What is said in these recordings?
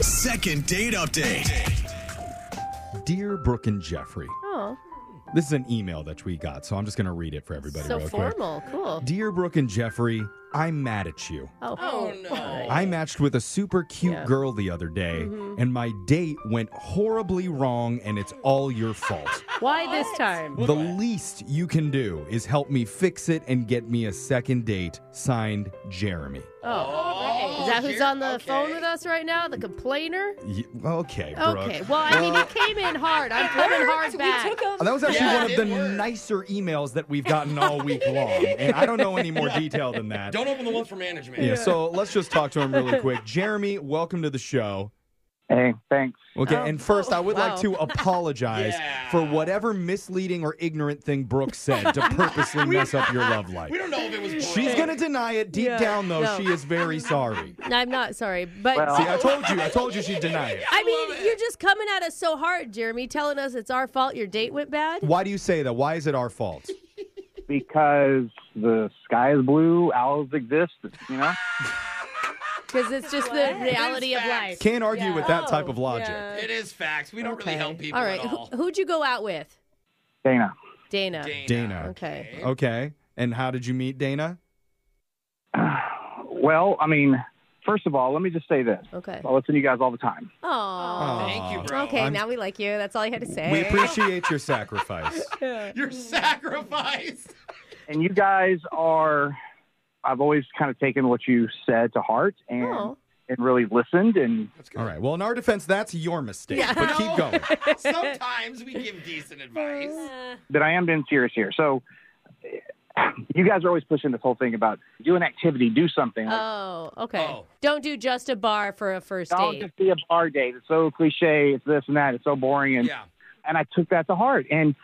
Second date update. Dear Brooke and Jeffrey, Oh, this is an email that we got, so I'm just going to read it for everybody so real quick. formal. Cool. Dear Brooke and Jeffrey, I'm mad at you. Oh, no. I matched with a super cute Yeah. Mm-hmm. girl the other day, and my date went horribly wrong, and it's all your fault. why this time? the least you can do is help me fix it and get me a second date. Signed, Jeremy. Oh, is that who's on the phone with us right now? The complainer? Y- okay, Brooke. Okay. Well, I mean, you came in hard. I'm coming hard back. That was actually Yeah, one of it the worked. nicer emails that we've gotten all week long, and I don't know any more detail than that. Don't open the ones for management. Yeah, so let's just talk to him really quick. Jeremy, welcome to the show. Hey, thanks. Okay, Oh. and first, I would like Wow. to apologize Yeah. for whatever misleading or ignorant thing Brooke said to purposely mess up your love life. We don't know if it was. She's going to deny it. Deep Yeah, down, though, no. she is very sorry. No, I'm not sorry, but Well- See, I told you. I told you she'd deny it. I mean, you're just coming at us so hard, Jeremy, telling us it's our fault your date went bad. Why do you say that? Why is it our fault? Because the sky is blue, owls exist, you know? Because it's just the reality of life. Can't argue with that type of Oh, logic. yeah. It is facts. We don't really help people All right. at all. Who, would you go out with? Dana, Dana. Dana. Okay. Okay. And how did you meet Dana? well, I mean, first of all, let me just say this. Okay. I listen to you guys all the time. Oh. Thank you, Aw. bro. Okay, I'm- now we like you. That's all I had to say. We appreciate your sacrifice. Your sacrifice. And you guys are, I've always kind of taken what you said to heart and, Oh. and really listened. And That's All right. Well, in our defense, that's your mistake. But keep going. Sometimes we give decent advice. But I am being serious here. So eh, you guys are always pushing this whole thing about do an activity, do something. Like, Oh, okay. Oh. Don't do just a bar for a first don't date. just be a bar date. It's so cliche. It's this and that. It's so boring. And Yeah. and I took that to heart. And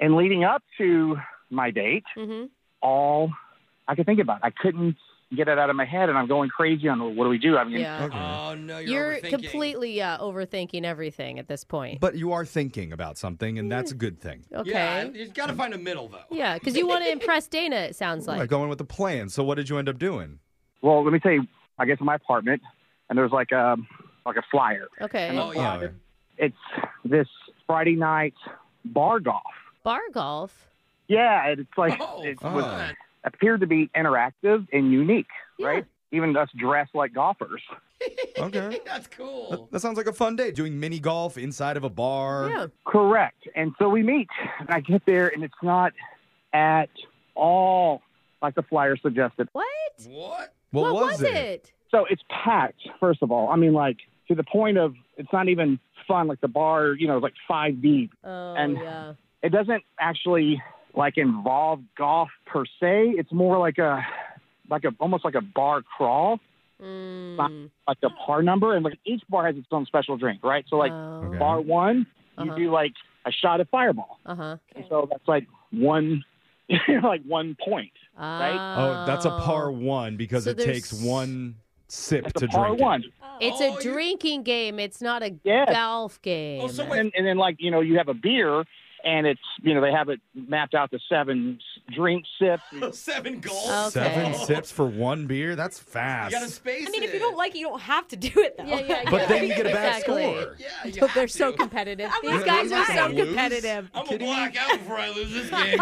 and leading up to my date, hmm all I could think about, I couldn't get it out of my head, and I'm going crazy on what do we do? I mean, Yeah. Okay. Oh no, you're, You're overthinking. completely uh, overthinking everything at this point. But you are thinking about something, and Mm. that's a good thing. okay. Yeah, you've got to find a middle though. Yeah, because you want to impress Dana, it sounds Like, like. going with the plan. So what did you end up doing? well, let me tell you, I get to my apartment, and there's like a like a flyer. Okay. Oh yeah. Oh, It's this Friday night bar golf. Bar golf. Yeah, and it's like Oh, it oh. was, appeared to be interactive and unique, right? Even us dressed like golfers. okay. That's cool. That sounds like a fun day. Doing mini golf inside of a bar. Yeah. Correct. And so we meet, and I get there, and it's not at all like the flyer suggested. What? What? What, was, it? So it's packed, first of all. I mean, like, to the point of it's not even fun. Like, the bar, you know, is like five deep. Oh, And- yeah. It doesn't actually, like, involve golf per se. It's more like a, like a, almost like a bar crawl, Mm. like a par number. And, like, each bar has its own special drink, right? So, like, oh. Okay. bar one, Uh-huh. you do, like, a shot of fireball. Uh huh. And so that's, like, one, like, one point. Oh, that's a par one because So it there's- takes one sip It's to a par drink. one. It. It's Oh, a you- drinking game. It's not a Yes. golf game. Oh, so wait- and, and then like you know you have a beer and it's you know they have it mapped out to seven s- drink sips Seven goals. Okay. Seven Oh. sips for one beer? That's You fast. gotta space I mean, it. if you don't like it, you don't have to do it though. yeah, yeah, yeah. But then you get a bad exactly. score. yeah, you have They're so to. competitive. I'm These like, guys I'm are so not gonna competitive. Oh, I'm gonna black out before I lose this game.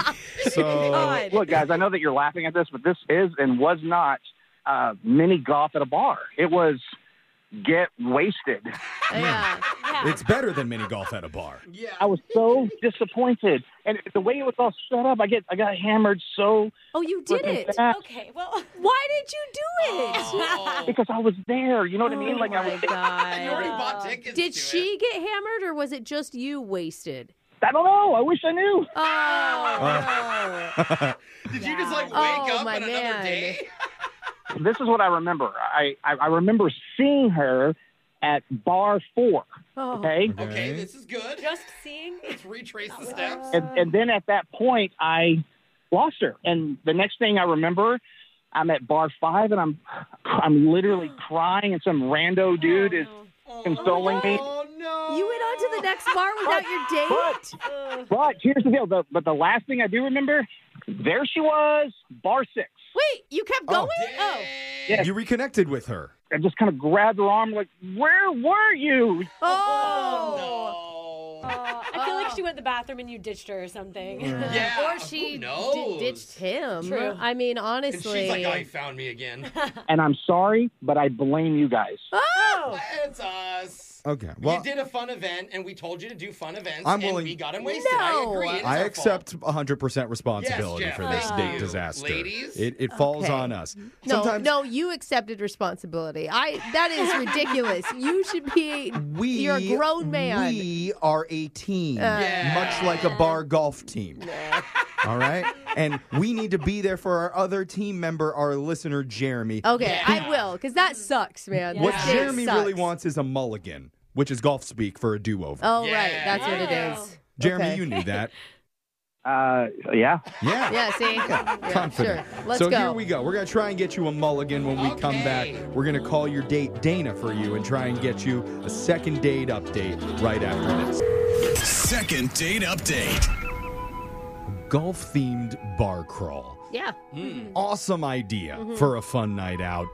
So God. look guys i know that you're laughing at this but this is and was not uh, mini golf at a bar it was get wasted Yeah. Yeah. it's better than mini golf at a bar. yeah. i was so disappointed and the way it was all set up i get i got hammered so Oh, you did freaking it. fast okay. Well, Why did you do it? Oh. because i was there you know what i Oh mean like i my was You already god. bought tickets. Did to she It. get hammered or was it just you wasted? i don't know i wish i knew Oh, Did you just like wake Oh, up my on another man. day? this is what i remember i i, I remember seeing her at bar four Oh. okay Okay, this is good. just seeing. Let's retrace the steps. and, and then at that point, I lost her. And the next thing I remember, I'm at bar five, and I'm I'm literally crying, and some rando dude is consoling me. Oh no! You went on to the next bar without your But date? but here's the deal. The, but the last thing I do remember, there she was, bar six. Wait, You kept Oh. going? Oh. Yeah. You reconnected with her. I just kind of grabbed her arm, like, "Where were you?" Oh. Oh, Uh, no. I feel like she went to the bathroom and you ditched her or something. Yeah. or she who d- knows? ditched him. True. Oh. I mean, And honestly. she's like, oh, he found me again. And I'm sorry, but I blame you guys. oh. That's us. Okay. Uh, Well, you did a fun event, and we told you to do fun events, I'm willing- and we got him wasted. No. I agree. It is I our accept 100% responsibility Yes, Jeff, for this thank date you. disaster. Ladies? It, it falls Okay. on us. no, Sometimes no, you accepted responsibility. I that is ridiculous. you should be we you're a grown man. Uh, We are a team, Yeah. much like a bar golf team. All right? And we need to be there for our other team member, our listener, Jeremy. Okay, I Yeah. will, because that sucks, man. What Oh, This Yeah. date Jeremy really sucks. wants is a mulligan, which is golf speak for a do over. Oh Yeah. right, that's what Yeah. it is. Jeremy, okay. you knew that. Uh, yeah. Yeah. Yeah, see, Yeah, Confident. Sure. Let's so go. here we go. We're going to try and get you a mulligan when we come back. Okay. We're going to call your date Dana for you and try and get you a second date update right after this. Second date update. Golf themed bar crawl. Yeah, Awesome idea Mm-hmm. for a fun night out.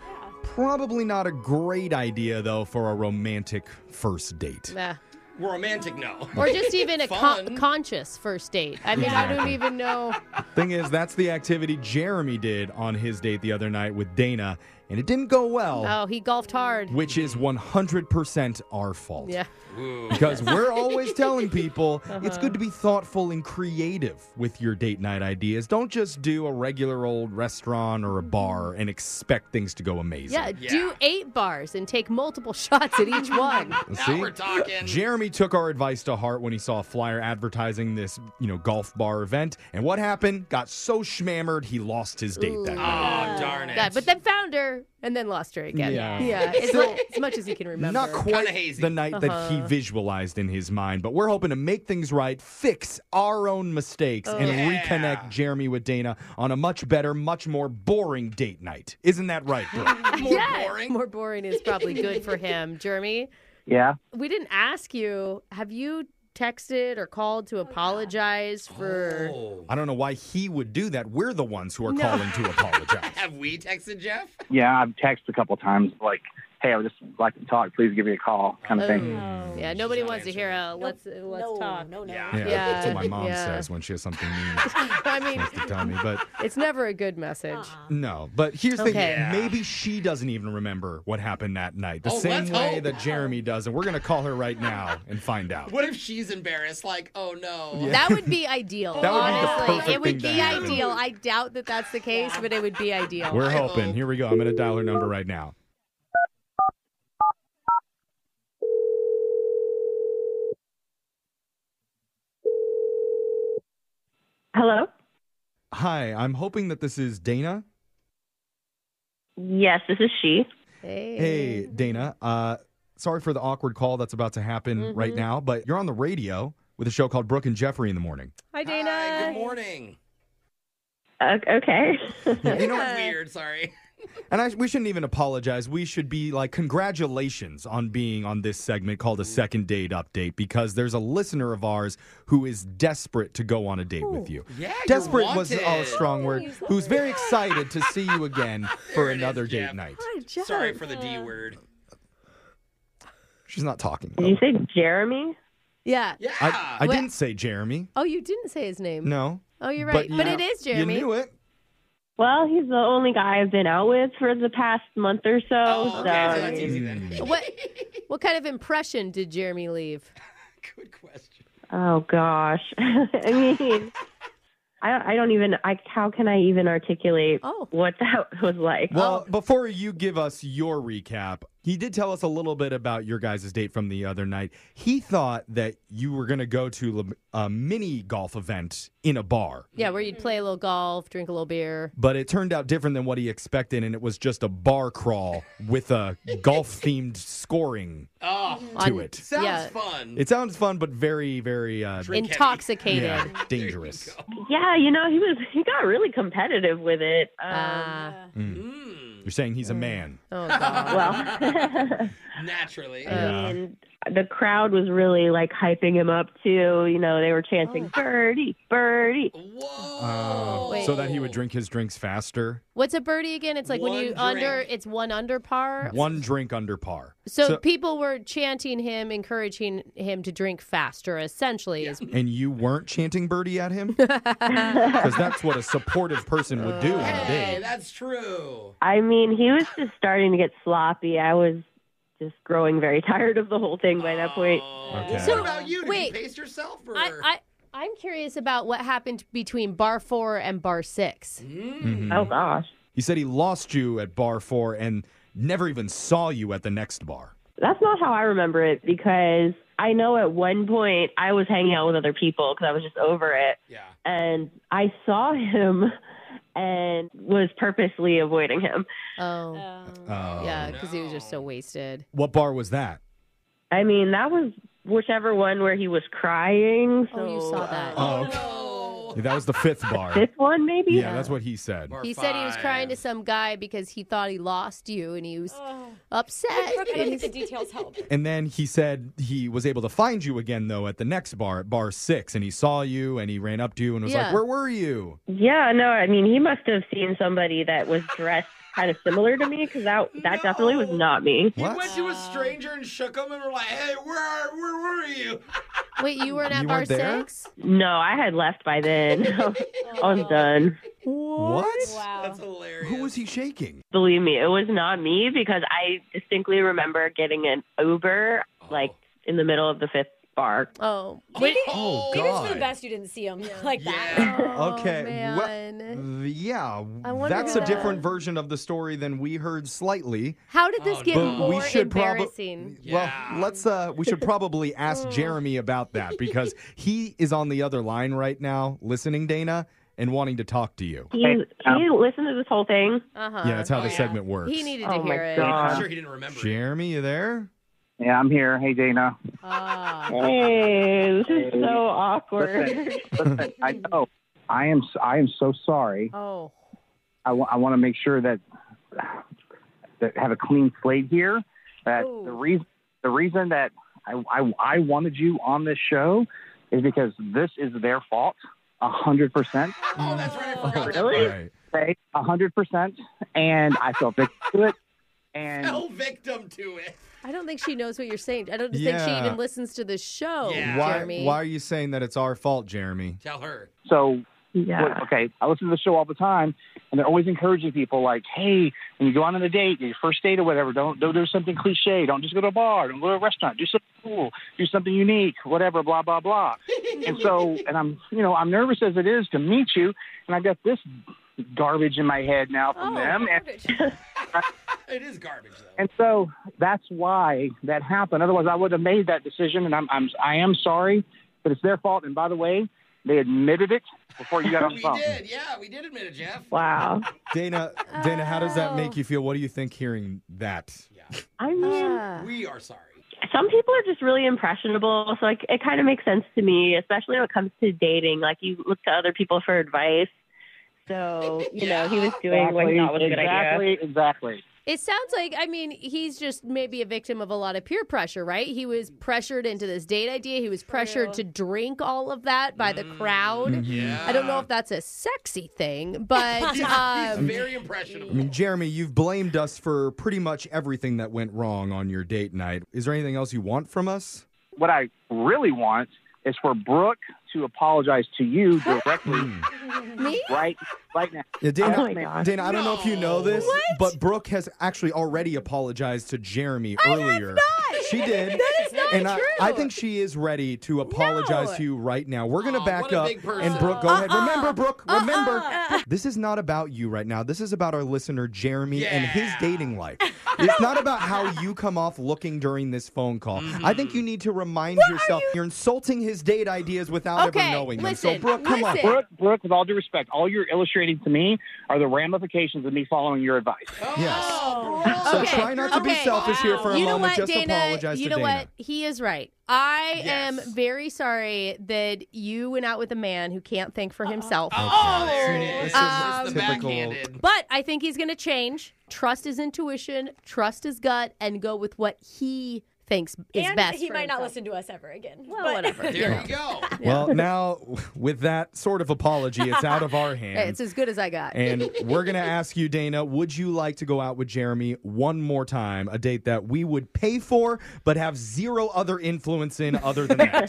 Probably not a great idea, though, for a romantic first date. yeah. fault. We're romantic, no. or just even a con- Fun. conscious first date. I mean, I don't Exactly. even know. Thing is, that's the activity Jeremy did on his date the other night with Dana, and it didn't go well, Oh, he golfed hard. which is 100% our fault. Yeah. Uh-huh. Ooh. Because we're always telling people it's good to be thoughtful and creative with your date night ideas. Don't just do a regular old restaurant or a bar and expect things to go amazing. yeah, do eight bars and take multiple shots at each one. Now See? we're talking. Jeremy took our advice to heart when he saw a flyer advertising this, you know, golf bar event. And what happened? Got so schmammered he lost his date that oh, night. darn it. God, but then found her and then lost her again. Yeah. as, mu- as much as you can remember. Not quite Kinda hazy. Uh-huh. the night that he visualized in his mind, but we're hoping to make things right, fix our own mistakes, and Oh, Yeah. reconnect Jeremy with Dana on a much better, much more boring date night. Isn't that right, bro? More Yeah, boring. More boring is probably good for him, Jeremy. Yeah. We didn't ask you. Have you texted or called to Oh, apologize for? Oh. I don't know why he would do that. We're the ones who are calling to apologize. Have we texted Jeff? Yeah, I've texted a couple times, like, "Hey, I would just like to talk. Please give me a call," kind of thing. No. Yeah, nobody not wants to hear a let's uh, let's no, talk. No, no. Yeah. Yeah, that's what my mom Yeah. says when she has something mean. I mean, to tell me, but it's never a good message. Uh-uh. no. But here's the Okay. thing: maybe she doesn't even remember what happened that night, the Oh, same let's way hope. that Jeremy does, and we're gonna call her right now and find out. What if she's embarrassed? Like, oh no. That would be ideal. That would be the honestly, perfect it would thing to be happen. ideal. I doubt that that's the case, but it would be ideal. We're hoping. hope. Here we go. I'm gonna dial her number right now. Hello? Hi, I'm hoping that this is Dana. Yes, this is she. Hey. Hey, Dana. Uh, sorry for the awkward call that's about to happen Mm-hmm. right now, but you're on the radio with a show called Brooke and Jeffrey in the morning. Hi, Dana. Hi, good morning. Uh, okay. You know, That's weird. Sorry. And I, we shouldn't even apologize. We should be like, congratulations on being on this segment called Mm. a second date update because there's a listener of ours who is desperate to go on a date with you. Yeah, you're desperate was a wanted. strong word. Who's very excited to see you again for it is, another date Jeff. night. Hi, Jeff. Sorry for the D word. She's not talking. Did you Though. say Jeremy? Yeah. Yeah. I, I Well- didn't say Jeremy. Oh, you didn't say his name. No. Oh, you're right. But, you- it is Jeremy. You knew it. Well, he's the only guy I've been out with for the past month or so. oh, okay. So that's so, easy then. What what kind of impression did Jeremy leave? Good question. oh gosh. I mean, I don't, I don't even. I how can I even articulate Oh. what that was like? Well, before you give us your recap, he did tell us a little bit about your guys' date from the other night. He thought that you were going to go to lem- a mini golf event in a bar, Yeah, where Mm-hmm. you'd play a little golf, drink a little beer. but it turned out different than what he expected, and it was just a bar crawl with a golf themed scoring Oh, to On- it. sounds Yeah. fun. It sounds fun, but very, very uh, Drink heavy. Intoxicated. yeah, dangerous. yeah, you know, he was he got really competitive with it. Um, Ah. Mm, You're saying he's a man. Ah. oh, God. well, naturally. I mean, the crowd was really like hyping him up too. You know, they were chanting Oh. birdie, Uh, birdie. Whoa. Wait. Oh, so that he Oh. would drink his drinks faster. What's a birdie again? It's like when One you under, drink. it's one under par. One drink under par. So, people were chanting him, encouraging him to drink faster. Essentially, is and you weren't chanting birdie at him? Because that's what a supportive person would do on a Hey, date. that's true. I mean, he was just starting to get sloppy. I was just growing very tired of the whole thing by that point. Okay. Oh, What about you? Did Wait. you pace yourself or? I, I I'm curious about what happened between bar four and bar six. Mm. Hmm. Oh gosh. He said he lost you at bar four and never even saw you at the next bar. That's not how I remember it because I know at one point I was hanging out with other people because I was just over it. yeah. And I saw him and was purposely avoiding him. Um, Oh, Uh, yeah, because he was just so wasted. What bar was that? I mean, that was whichever one where he was crying. So uh, oh, you saw that. Oh, okay. That was the fifth bar. This one, maybe? Yeah, that's what he said. Bar he said he was crying to five. some guy because he thought he lost you, and he was Oh. upset. I don't think the details help. And then he said he was able to find you again, though, at the next bar, at bar six, and he saw you and he ran up to you and was like, Yeah. Where were you? Yeah, no, I mean, he must have seen somebody that was dressed kind of similar to me because that, that definitely was not me. He What? went to a stranger and shook him and were like, "Hey, where where were you?" Wait, you weren't at You bar weren't there? six? No, I had left by then. I was done. What? Wow. That's Um, hilarious. Who was he shaking? Believe me, it was not me because I distinctly remember getting an Uber like in the middle of the fifth bar. Oh, Maybe, Oh, maybe it's for God. the best you didn't see him like that. Yeah. Oh, Okay, well- man. Yeah, Eh. I wonder that's who a that- different version of the story than we heard slightly. How did this Oh, get But more we should probably embarrassing? Yeah. well, let's uh we should probably ask Jeremy about that because he is on the other line right now listening Dana and wanting to talk to you. He he listened to this whole thing. Uh-huh. Yeah, that's how the segment works. He needed to Oh my hear it. I'm god! sure he didn't remember. it. Jeremy, you there? Yeah, I'm here. Hey, Dana. Ah. Hey, this is so awkward. Listen, listen, I know. I am. I am so sorry. Oh. I want to make sure that that have a clean slate here. That Ooh. the reason the reason that I, I I wanted you on this show is because this is their fault, a hundred percent. Oh, that's right. I forgot. Really? All right. Say a hundred percent, and I felt victim to it. And Fell victim to it. I don't think she knows what you're saying. I don't think she Yeah. even listens to the show, Yeah. Why Jeremy. why are you saying that it's our fault, Jeremy? Tell her. so yeah. Well, okay, I listen to the show all the time, and they're always encouraging people like, hey, when you go out on a date, your first date or whatever, don't don't do something cliche. Don't just go to a bar. Don't go to a restaurant. Do something cool. Do something unique. Whatever. Blah blah blah. and so, and I'm you know I'm nervous as it is to meet you, and I got this garbage in my head now Oh, Oh, from them, and, It is garbage though. and so that's why that happened. Otherwise, I would have made that decision, and I'm I'm I am sorry, but it's their fault. And by the way, they admitted it before you got on the we phone. did. Yeah, we did admit it, Jeff. Wow. Dana, Dana, how does that Oh. make you feel? What do you think hearing that? I mean, Ah. We are sorry. some people are just really impressionable, so like it kind of makes sense to me, especially when it comes to dating. Like you look to other people for advice. Oh, So you know he was doing what he thought was a good idea. exactly, exactly. It sounds like, I mean, he's just maybe a victim of a lot of peer pressure, right? He was pressured into this date idea. He was pressured to drink all of that by the crowd. Mm-hmm. Mm. Yeah. I don't know if that's a sexy thing, but He's, he's um, very I mean, impressionable. Jeremy, you've blamed us for pretty much everything that went wrong on your date night. Is there anything else you want from us? What I really want is for Brooke to apologize to you directly me? right right now. Yeah, Dana, Oh my gosh. Dana, I don't know if you know this, but Brooke has actually already apologized to Jeremy earlier. She did. That is not and I, true. I think she is ready to apologize No. to you right now. We're going to Aw, back what a up. big person. And Brooke, go ahead. Remember, Brooke, remember, this is not about you right now. This is about our listener, Jeremy, and his Yeah. dating life. it's not about how you come off looking during this phone call. I think you need to remind yourself you? are insulting his date ideas without Okay, ever knowing them. listen, So, Brooke, come on. listen. Brooke, Brooke, with all due respect, all you're illustrating to me are the ramifications of me following your advice. Yes. Oh, So Brooke, Okay. try not to be Okay. selfish here for a you know moment. what, Just Dana? apologize you to know Dana. what? He is right. I Yes. am very sorry that you went out with a man who can't think for himself. Oh, there it is. This is um, That's the typical- backhanded. But I think he's going to change. Trust his intuition, trust his gut, and go with what he thinks is and best. he for might not himself. listen to us ever again. Well, But- whatever. There you go. Well, now with that sort of apology, it's out of our Hey, It's hands. as good as I got. and we're going to ask you, Dana, would you like to go out with Jeremy one more time? A date that we would pay for, but have zero other influence in other than that.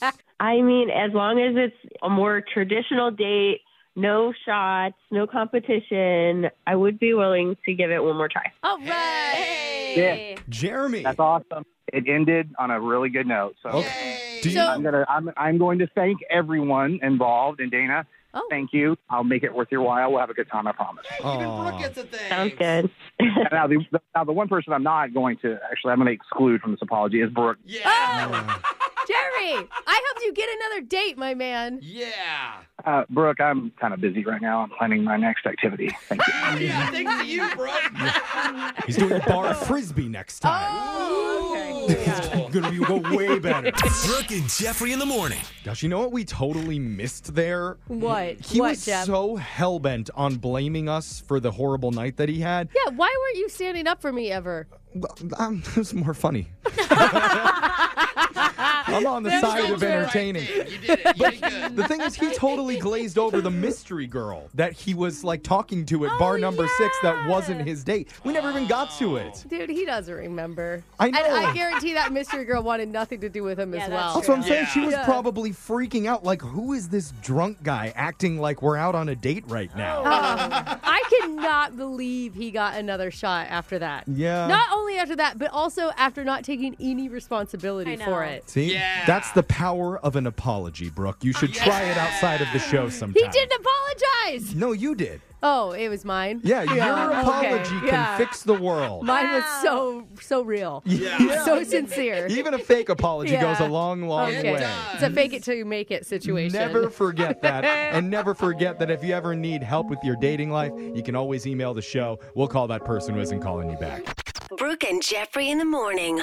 Yes. I mean, as long as it's a more traditional date, no shots, no competition, I would be willing to give it one more try. All right. Yeah. Jeremy. That's awesome. It ended on a really good note. So Okay. Do you- So- I'm gonna I'm I'm going to thank everyone involved and Dana. Oh. Thank you. I'll make it worth your while. We'll have a good time. I promise. Even Aw. Brooke gets a thing. Sounds good. And now, the, now the one person I'm not going to actually I'm going to exclude from this apology is Brooke. Yeah. Jerry, I helped you get another date, my man. Yeah. Uh, Brooke, I'm kind of busy right now. I'm planning my next activity. Thank you. Oh, yeah. Thanks to you, Brooke. He's doing bar frisbee next Oh. time. Oh, Ooh. Gonna be go way better. Brooke and Jeffrey in the morning. Gosh, you know what we totally missed there? What? He what, was Jeff? so hell bent on blaming us for the horrible night that he had. yeah, why weren't you standing up for me ever? Well, um, it was more funny. I'm on the side of That was the right entertaining. thing. You did it. You did good. The thing is, he totally glazed over the mystery girl that he was like talking to at bar number six that wasn't his date. We never even got to it. Dude, he doesn't remember. I And know. I guarantee that mystery girl wanted nothing to do with him Yeah, as that's well. That's what I'm saying. She Yeah. was Yeah. probably freaking out. Like, who is this drunk guy acting like we're out on a date right now? Um, I cannot believe he got another shot after that. Yeah. Not only after that, but also after not taking any responsibility I know. for it. See, Yeah. that's the power of an apology, Brooke. You should try it outside of the show sometime. He didn't apologize. No, you did. Oh, it was mine. Yeah, your okay, apology yeah. can fix the world. Mine was so so real. Yeah. So sincere. Even a fake apology Yeah. goes a long, long Okay. way. does. It's a fake it till you make it situation. Never forget that. and never forget that if you ever need help with your dating life, you can always email the show. We'll call that person who isn't calling you back. Brooke and Jeffrey in the morning.